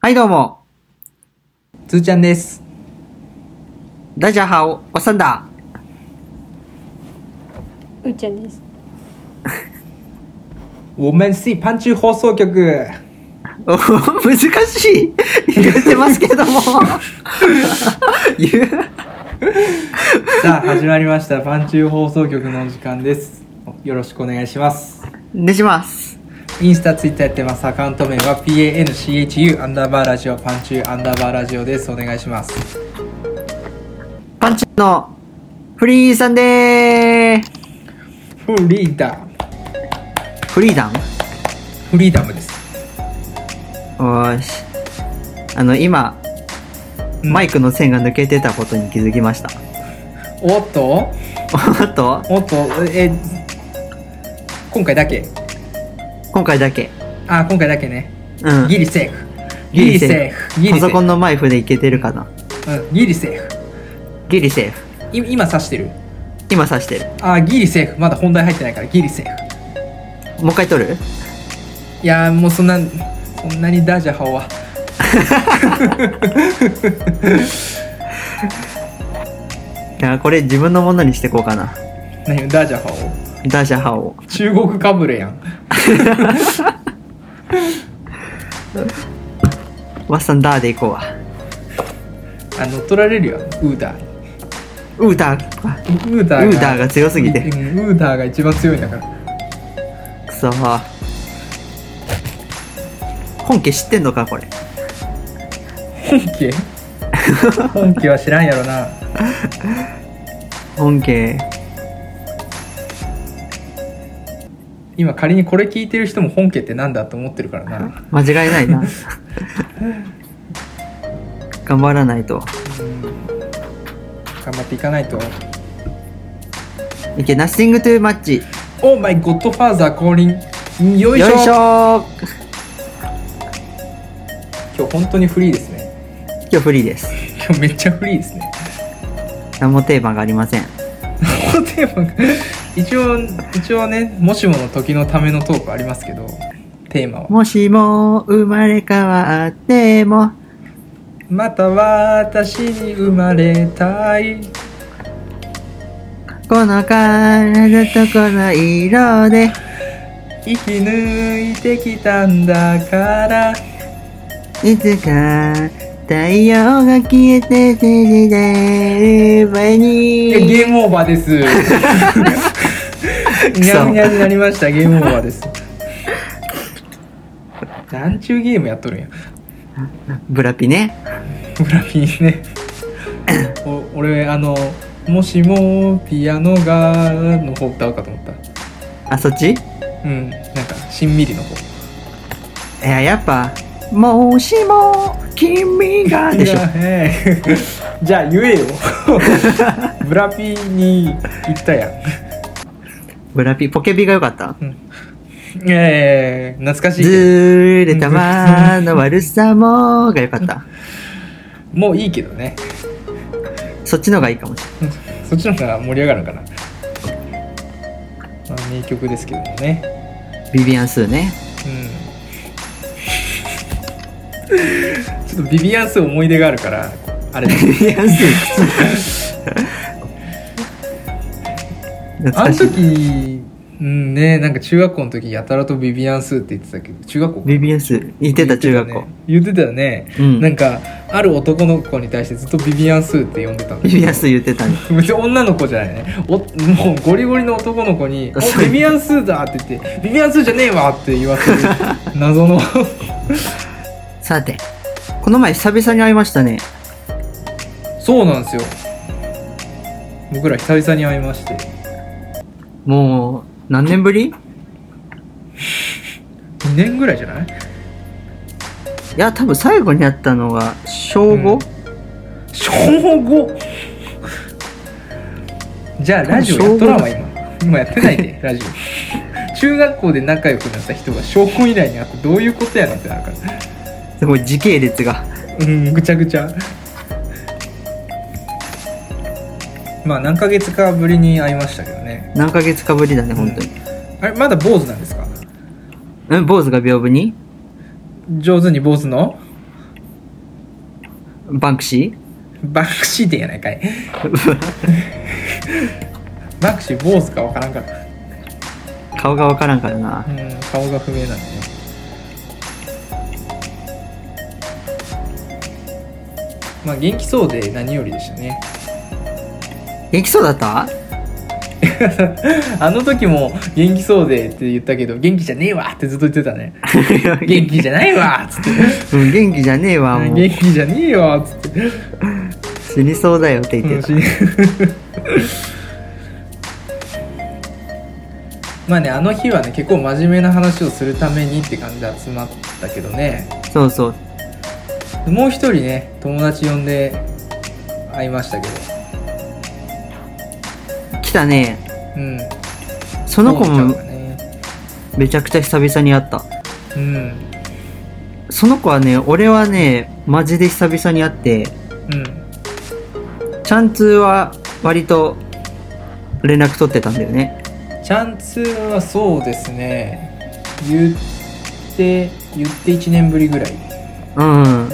はい、どうも。つーちゃんです。ダジャハオ、おっさんだ。うーちゃんです。我们是パンチ放送 局。お 難しい。言ってますけども。 言う。さあ、始まりました。パンチ放送局のお時間です。よろしくお願いします。ねします。インスタ、ツイッターやってます。アカウント名は PANCHU アンダーバーラジオ、パンチアンダーバーラジオです。お願いします。パンチのフリーさんでーフリーダム。フリーダムフリーダムです。おーし。あの、今、うんマイクの線が抜けてたことに気づきました。 おっとおっと、おっとえ、今回だけ今回だけ。あ、今回だけね。うん。ギリセーフ。ギリセーフ。ギパリセソコンーのマイクでいけてるかな。フ。うん、ギリセーフ。ギリセーフ。い今指してる今刺してる。あ、ギリセーフ。まだ本題入ってないからギリセーフ。もう一回撮るいやーもうそんなそんなにダジャハオはいや、これ自分のものにしてこうかな。何ダジャハオダジャハオ。中国かぶれやんワッサンダーでいこうわ。あ乗っ取られるよウーダーにウーダーか。ウーダーウーダーが強すぎてうんウーダーが一番強いんだからくそ本家知ってんのかこれ。本家本家は知らんやろな本家。今仮にこれ聞いてる人も本家ってなんだと思ってるからな間違いない な。頑張らないと頑張っていかないといけ、ナッシングトゥーマッチ。オーマイゴッドファーザー降臨よいしよょいしょ今日本当にフリーですね今日フリーです。今日めっちゃフリーですね何もテーマがありません。このテーマが 一応一応ねもしもの時のためのトークありますけどテーマはもしも生まれ変わっても、また私に生まれたいこの体とこの色で、生き抜いてきたんだからいつか太陽が消えて縮れる前いに。やゲームオーバーですにゃうにゃになりましたゲームオーバーですなんちゅうゲームやっとるんやブラピね。グラフィーねお俺あの「もしもピアノが」の方歌うかと思ったあ、そっちいうん、なんかしんみりの方。や、やっぱ、もしも君がでしょ。へー じゃあ言えよ。ブラピに行ったやん。ブラピ、ポケビが良かった。ええ懐かしいずけーれたまの悪さもが良かった。ど。もういいけどね。そっちのがいいかもしれそっちの方が盛り上がるのかな。まあ、名曲ですけどもね。ない。ビビアンスーね。うん。ちょっとビビアンス思い出があるから、あれだ。ビビアンスー。懐あかのしい。時、うんね、なんか中学校の時やたらとビビアンスって言ってたけど、中学校かビビアンスー。言ってた中学校。言ってたよね、うんなんかある男の子に対してずっとビビアンスーって呼んでたんだビビアンスー言ってたね。別に女の子じゃないねおもうゴリゴリの男の子に 「そおうビビアンスーだ!」って言って「ビビアンスーじゃねえわ!」って言わ せる謎のさて、この前久々に会いましたね。そうなんですよ僕ら久々に会いましてもう、何年ぶり2年ぐらいじゃないいや、多分最後に会ったのが、小5、うん小5じゃあラジオやっとらんわ今今やってない でラジオ中学校で仲良くなった人が小5以来に会ってどういうことやねんってなるからすごい時系列が。うんぐちゃぐちゃまあ何ヶ月かぶりに会いましたけどね何ヶ月かぶりだね、本当に。あれまだ坊主なんですかうん、坊主が屏風に上手に坊主のバンクシバンクシーってやない かいー バンクシー坊主かわからんから顔がわからんからなうん顔が不明なんでねまあ元気そうで何よりでしたね 元気そうだったあの時も元気そうでって言ったけど元気じゃねえわってずっと言ってたね 元気じゃないわっつってうん元気じゃねえわもう元気じゃねえよっつって死にそうだよって言ってた、まあねあの日はね結構真面目な話をするためにって感じで集まったけどねそうそうもう一人ね友達呼んで会いましたけど来たねうんその子とももちゃんがねめちゃくちゃ久々に会ったうんその子はね俺はねマジで久々に会ってうんちゃんつーは割と連絡取ってたんだよねチャンツーはそうですね言って言って1年ぶりぐらいうん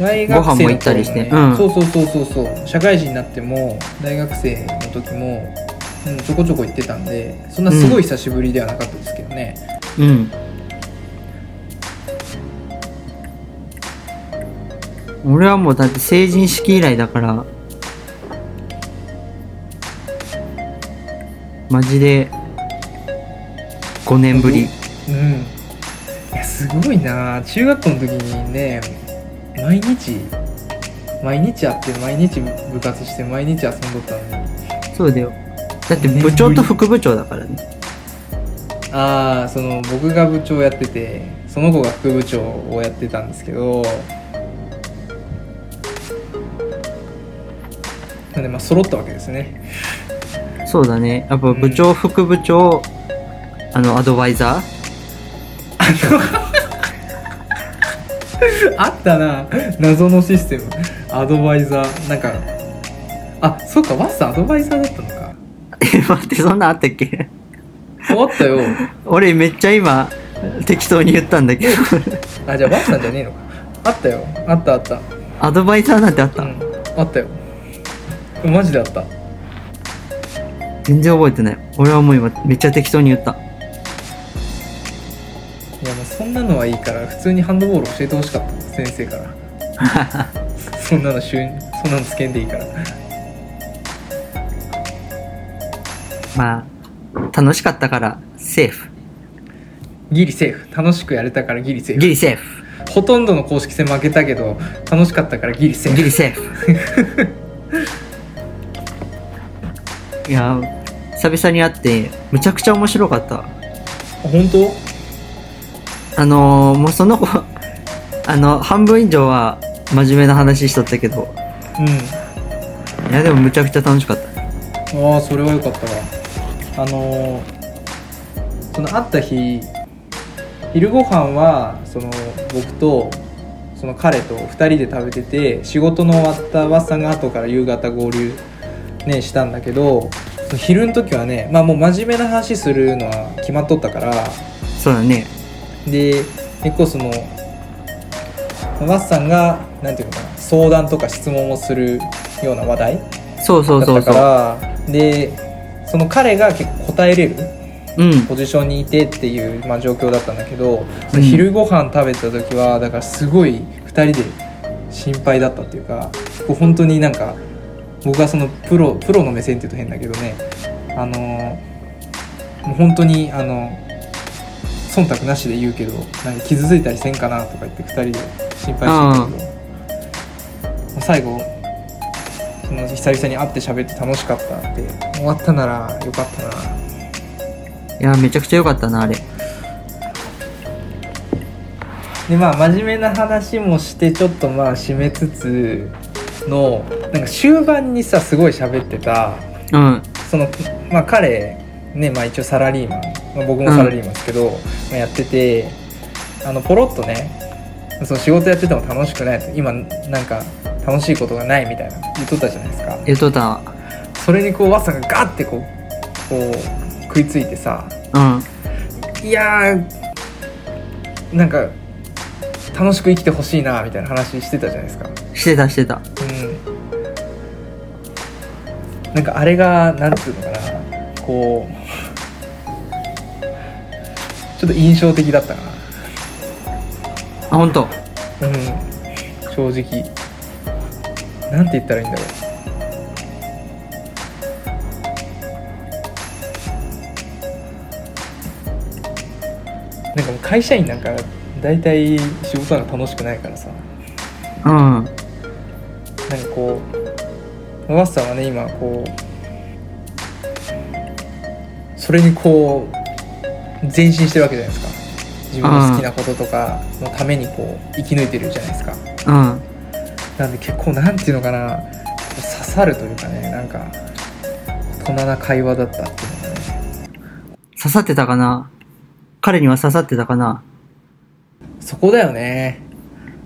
大学生の頃ねご飯も行ったりしてうんそうそうそうそうそう社会人になっても大学生の時も、うん、ちょこちょこ行ってたんでそんなすごい久しぶりではなかったですけどね、うん俺はもうだって成人式以来だからマジで5年ぶりうんいやすごいな中学校の時にね毎日毎日会って毎日部活して毎日遊んどったのにそうだよだって部長と副部長だからねああその僕が部長やっててその子が副部長をやってたんですけどなんでまあ揃ったわけですねそうだねやっぱ部長、副部長あのアドバイザ あったな謎のシステムアドバイザーなんかあそっかワッサンアドバイザーだったのかーえ 待ってそんなんあったっけあったよ俺めっちゃ今適当に言ったんだけ どあじゃあワッサンじゃねえのかあったよあったあったアドバイザーなんてあった、うんあったよマジであった全然覚えてない俺はもう今めっちゃ適当に言ったいやもうそんなのはいいから普通にハンドボール教えてほしかった先生から そんなの週そんなのつけんでいいからまあ楽しかったからセーフギリセーフ楽しくやれたからギリセーギフリセーフほとんどの公式戦負けたけど楽しかったからギリセーギフリセー フいや久々に会ってむちゃくちゃ面白かったあ本当あのー、もうその子 あの半分以上は真面目な話しとったけどうんいやでもむちゃくちゃ楽しかったああそれは良かったわあのー、その会った日昼ご飯はその僕とその彼と2人で食べてて仕事の終わったワッさんが後から夕方合流ねしたんだけどその昼の時はねまあもう真面目な話するのは決まっとったからそうだねで結構そのワッさんがなんていうのかな相談とか質問をするような話題そうそうだそっうたかそうらでその彼が結構答えれるうんポジションにいてっていう、まあ、状況だったんだけど、うん昼ご飯食べた時はだからすごい2人で心配だったっていうかこう本当になんか僕はそのプロプロの目線っていうと変だけどねあのもう本当にあの忖度なしで言うけどなんか傷ついたりせんかなとか言って2人で心配してたけどもう最後その久々に会って喋って楽しかったって終わったならよかったな。いやめちゃくちゃ良かったなあれでまあ真面目な話もしてちょっとまあ締めつつのなんか終盤にさすごい喋ってたうんそのまあ彼ねまあ一応サラリーマン、まあ僕もサラリーマンですけど、まあやっててあのポロッとねその仕事やってても楽しくないと今なんか楽しいことがないみたいな言っとったじゃないですか言っとったわそれにこうワッサンがガッてこうこう食いついてさうんいやーなんか楽しく生きてほしいなみたいな話してたじゃないですかしてたしてたうんなんかあれがなんていうのかなこう ちょっと印象的だったかあ本当なうん正直なんて言ったらいいんだろうなんかもう会社員なんか大体仕事なんか楽しくないからさうんなんかこうマスターはね今こうそれにこう前進してるわけじゃないですか自分の好きなこととかのためにこう生き抜いてるじゃないですかうんなんで結構なんていうのかなこう刺さるというかねなんか大人な会話だったっていうのがね刺さってたかな彼には刺さってたかなそこだよね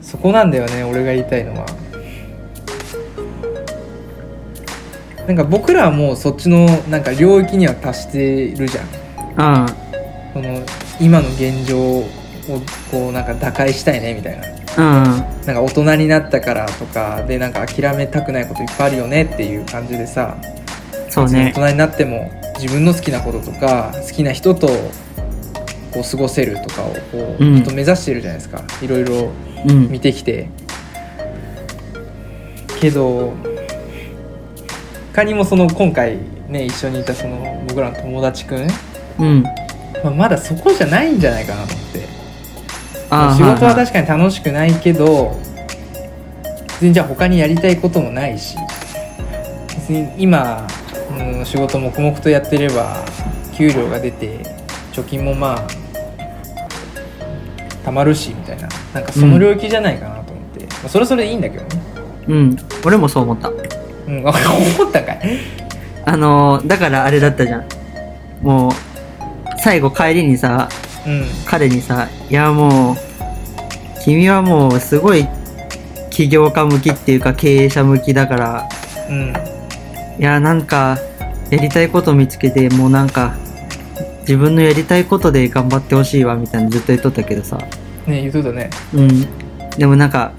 そこなんだよね俺が言いたいのはなんか僕らはもうそっちのなんか領域には達してるじうゃんんその今の現状をこうなんか打開したいねみたいなうんなんか大人になったからとかでなんか諦めたくないこといっぱいあるよねっていう感じでさ、そう大ね人になっても自分の好きなこととか好きな人とこう過ごせるとかをこううんずっと目指してるじゃないですか、いろいろうん見てきてけど他にもその今回ね一緒にいたその僕らの友達くん、うんまあ、まだそこじゃないんじゃないかなと思ってあー仕事はいい確かに楽しくないけど別にじゃあ他にやりたいこともないし別に今、うん、仕事黙々とやってれば給料が出て貯金もまあ貯まるしみたいななんかその領域じゃないかなと思って、まあ、それはそれでいいんだけどねうん俺もそう思ったうん あ思ったんかいあのーだからあれだったじゃんもう最後帰りにさうん彼にさ「いやもう君はもうすごい起業家向きっていうか経営者向きだからうんいやなんかやりたいこと見つけてもうなんか自分のやりたいことで頑張ってほしいわ」みたいなのずっと言っとったけどさね言うとったねうんでもなんか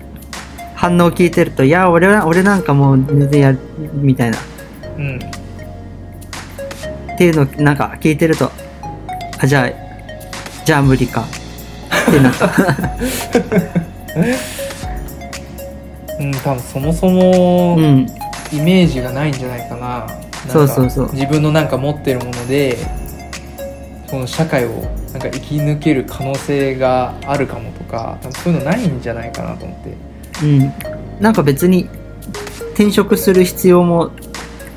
反応聞いてると「いや俺は俺なんかもう全然やる」みたいなうんっていうのをなんか聞いてるとあじゃあじゃあ無理かってなった うん多分そもそも、うんイメージがないんじゃないかななんかそうそうそう自分のなんか持ってるものでこの社会をなんか生き抜ける可能性があるかもとか多分そういうのないんじゃないかなと思ってうん、なんか別に転職する必要も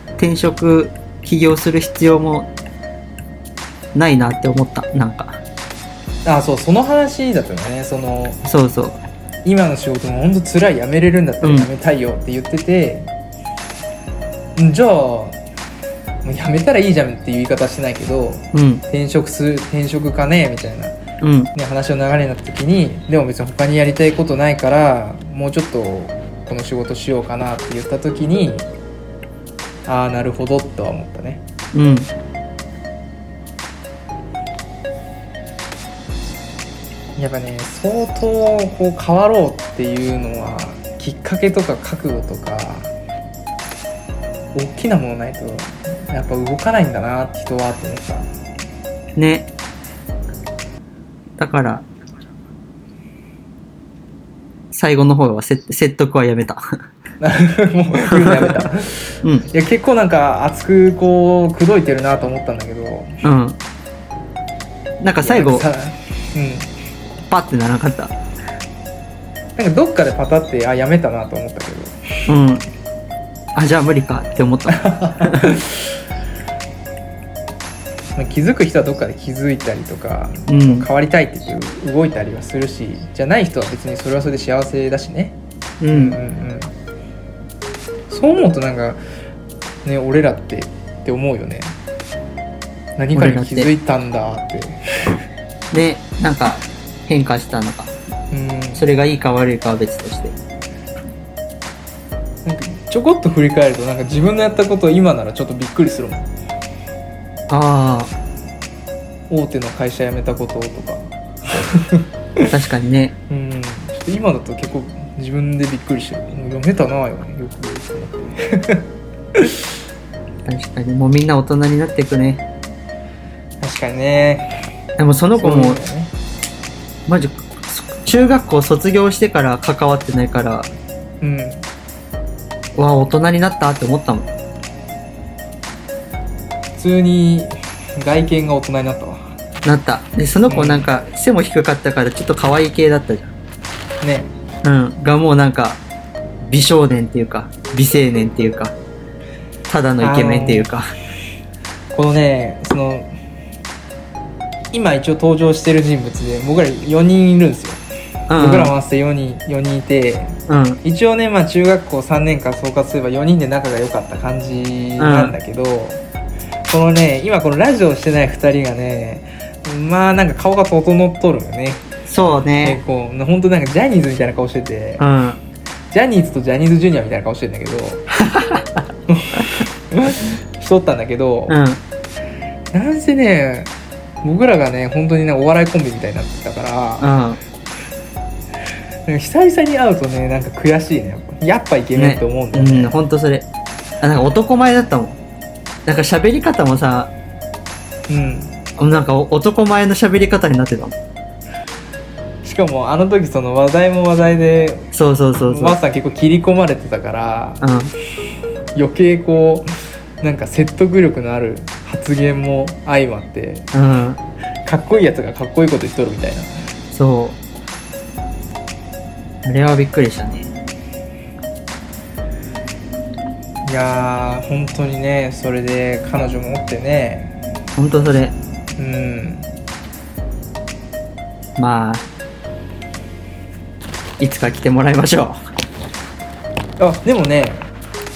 転職起業する必要もないなって思ったなんかあそうその話だったよねそのそうそう今の仕事も本当辛い辞めれるんだったうらん辞めたいよって言ってて、うんじゃあもう辞めたらいいじゃんっていう言い方はしてないけどうん転職する転職かねみたいなうんね、話の流れになった時にでも別に他にやりたいことないからもうちょっとこの仕事しようかなって言った時にああなるほどとは思ったねうんやっぱね相当こう変わろうっていうのはきっかけとか覚悟とか大きなものないとやっぱ動かないんだなって人はって思った ねだから最後の方はせ説得はやめた もう言うのやめたいうんや結構なんか熱くこう口説いてるなと思ったんだけどうんなんか最後さうんパッてならなかったなんかどっかでパタってあやめたなと思ったけどうんあじゃあ無理かって思った まあ気づく人はどっかで気づいたりとかうん変わりたいって言って動いたりはするしじゃない人は別にそれはそれで幸せだしねううんんうんそう思うとなんかね俺らってって思うよね何かに気づいたんだってでなんか変化したのかうんそれがいいか悪いかは別としてなんかちょこっと振り返るとなんか自分のやったことを今ならちょっとびっくりするもんあ大手の会社辞めたこととかあ確かにねうんちょっ今だと結構自分でびっくりしてもう読めたなよねよく思って確かにもうみんな大人になっていくね確かにねでもその子そうもだよねマジそ中学校卒業してから関わってないからうんうわ大人になったって思ったもん普通に外見が大人になったわなったでその子うんなんか背も低かったからちょっと可愛い系だったじねゃんうんがもうなんか美少年っていうか美青年っていうかただのイケメンっていうか、このねその今一応登場してる人物で僕ら4人いるんですよ、うん僕らも合わせて4人4人いてうん一応ね、まあ、中学校3年間総括すれば4人で仲が良かった感じなんだけど、このね今このラジオしてない2人がねまあなんか顔が整っとるよねそうねねこう本当なんかジャニーズみたいな顔しててうんジャニーズとジャニーズジュニアみたいな顔してん だけどしとったんだけど、うんなんせね僕らがね本当にねお笑いコンビみたいになってたから、うんなんか久々に会うとねなんか悔しいねやっぱやっぱイケメンって思うんだよねうん、ほんとそれ。あ、なんか男前だったもん。なんか喋り方もさ、うんなんか男前の喋り方になってたもん。しかもあの時その話題も話題でそうそうそうそう。マスさん結構切り込まれてたからうん、余計こうなんか説得力のある発言も相まってうん、かっこいいやつがかっこいいこと言っとるみたいなそう。あれはびっくりしたね。いやー本当にねそれで彼女もおってねほんとそれ。うんまあ、いつか来てもらいましょあでもね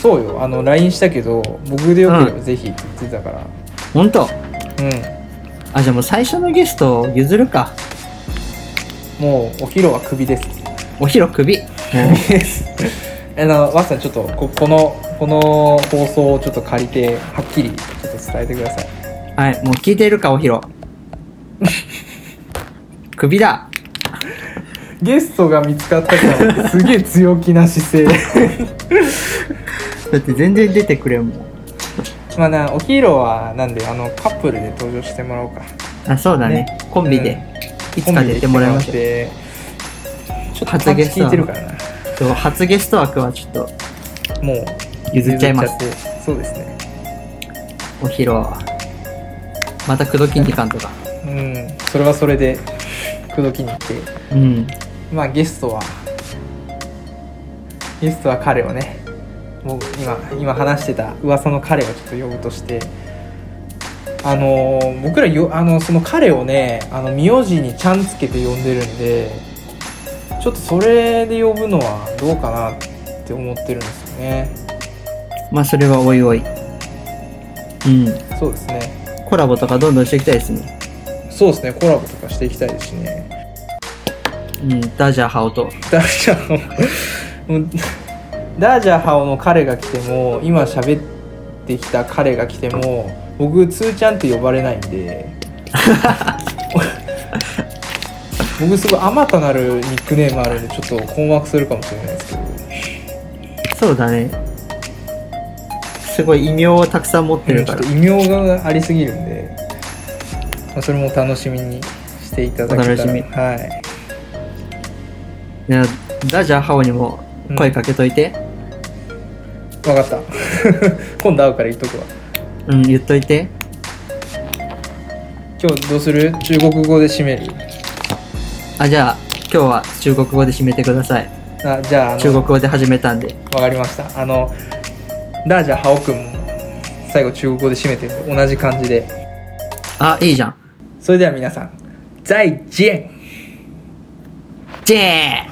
そうよあの LINE したけど僕でよけれうばぜひって言ってたからう。ほんとうん、あ、じゃあもう最初のゲストを譲るか。もうお昼はクビですおひろ首。 あのワッさんちょっとここのこの放送をちょっと借りてはっきりちょっと伝えてくださいはい、もう聞いているか、おひろ。首だ。ゲストが見つかったからすげえ強気な姿勢だって全然出てくれんもん。 まあなお昼はなんであのカップルで登場してもらおうかあそうだねねコンビで、いつか出てもらいましょうてちょっと初初ゲゲスストなト聞のいてるからなそう初ゲスト枠はちょっともう譲っちゃいます譲っちゃってそうですねお披露また口説きに行かんとかうんそれはそれで口説きに行ってうんまあゲストはゲストは彼をねもう今今話してた噂の彼をちょっと呼ぶとしてあのー僕らよあのその彼をねあの名字にちゃんつけて呼んでるんでちょっとそれで呼ぶのはどうかなって思ってるんですよねまあそれはおいおいうんそうですねコラボとかどんどんしていきたいですねそうですねコラボとかしていきたいですしねうんダジャーハオとダジャハオもうダジャハオの彼が来ても今喋ってきた彼が来ても僕ツーちゃんって呼ばれないん で僕すごいあまたなるニックネームあるんでちょっと困惑するかもしれないですけどそうだねすごい異名をたくさん持ってるちかょっらと異名がありすぎるんで、まあそれも楽しみにしていただけたらお楽しみはいねダジャーハオにも声かけといて分かった 今度会うから言っとくわうん、言っといて今日どうする中国語で締めるあじゃあ今日は中国語で締めてくださいあじゃああの中国語で始めたんでわかりました。あの、ダージャハオくんも最後中国語で締めて同じ感じで。あいいじゃんそれでは皆さん、再见ジェー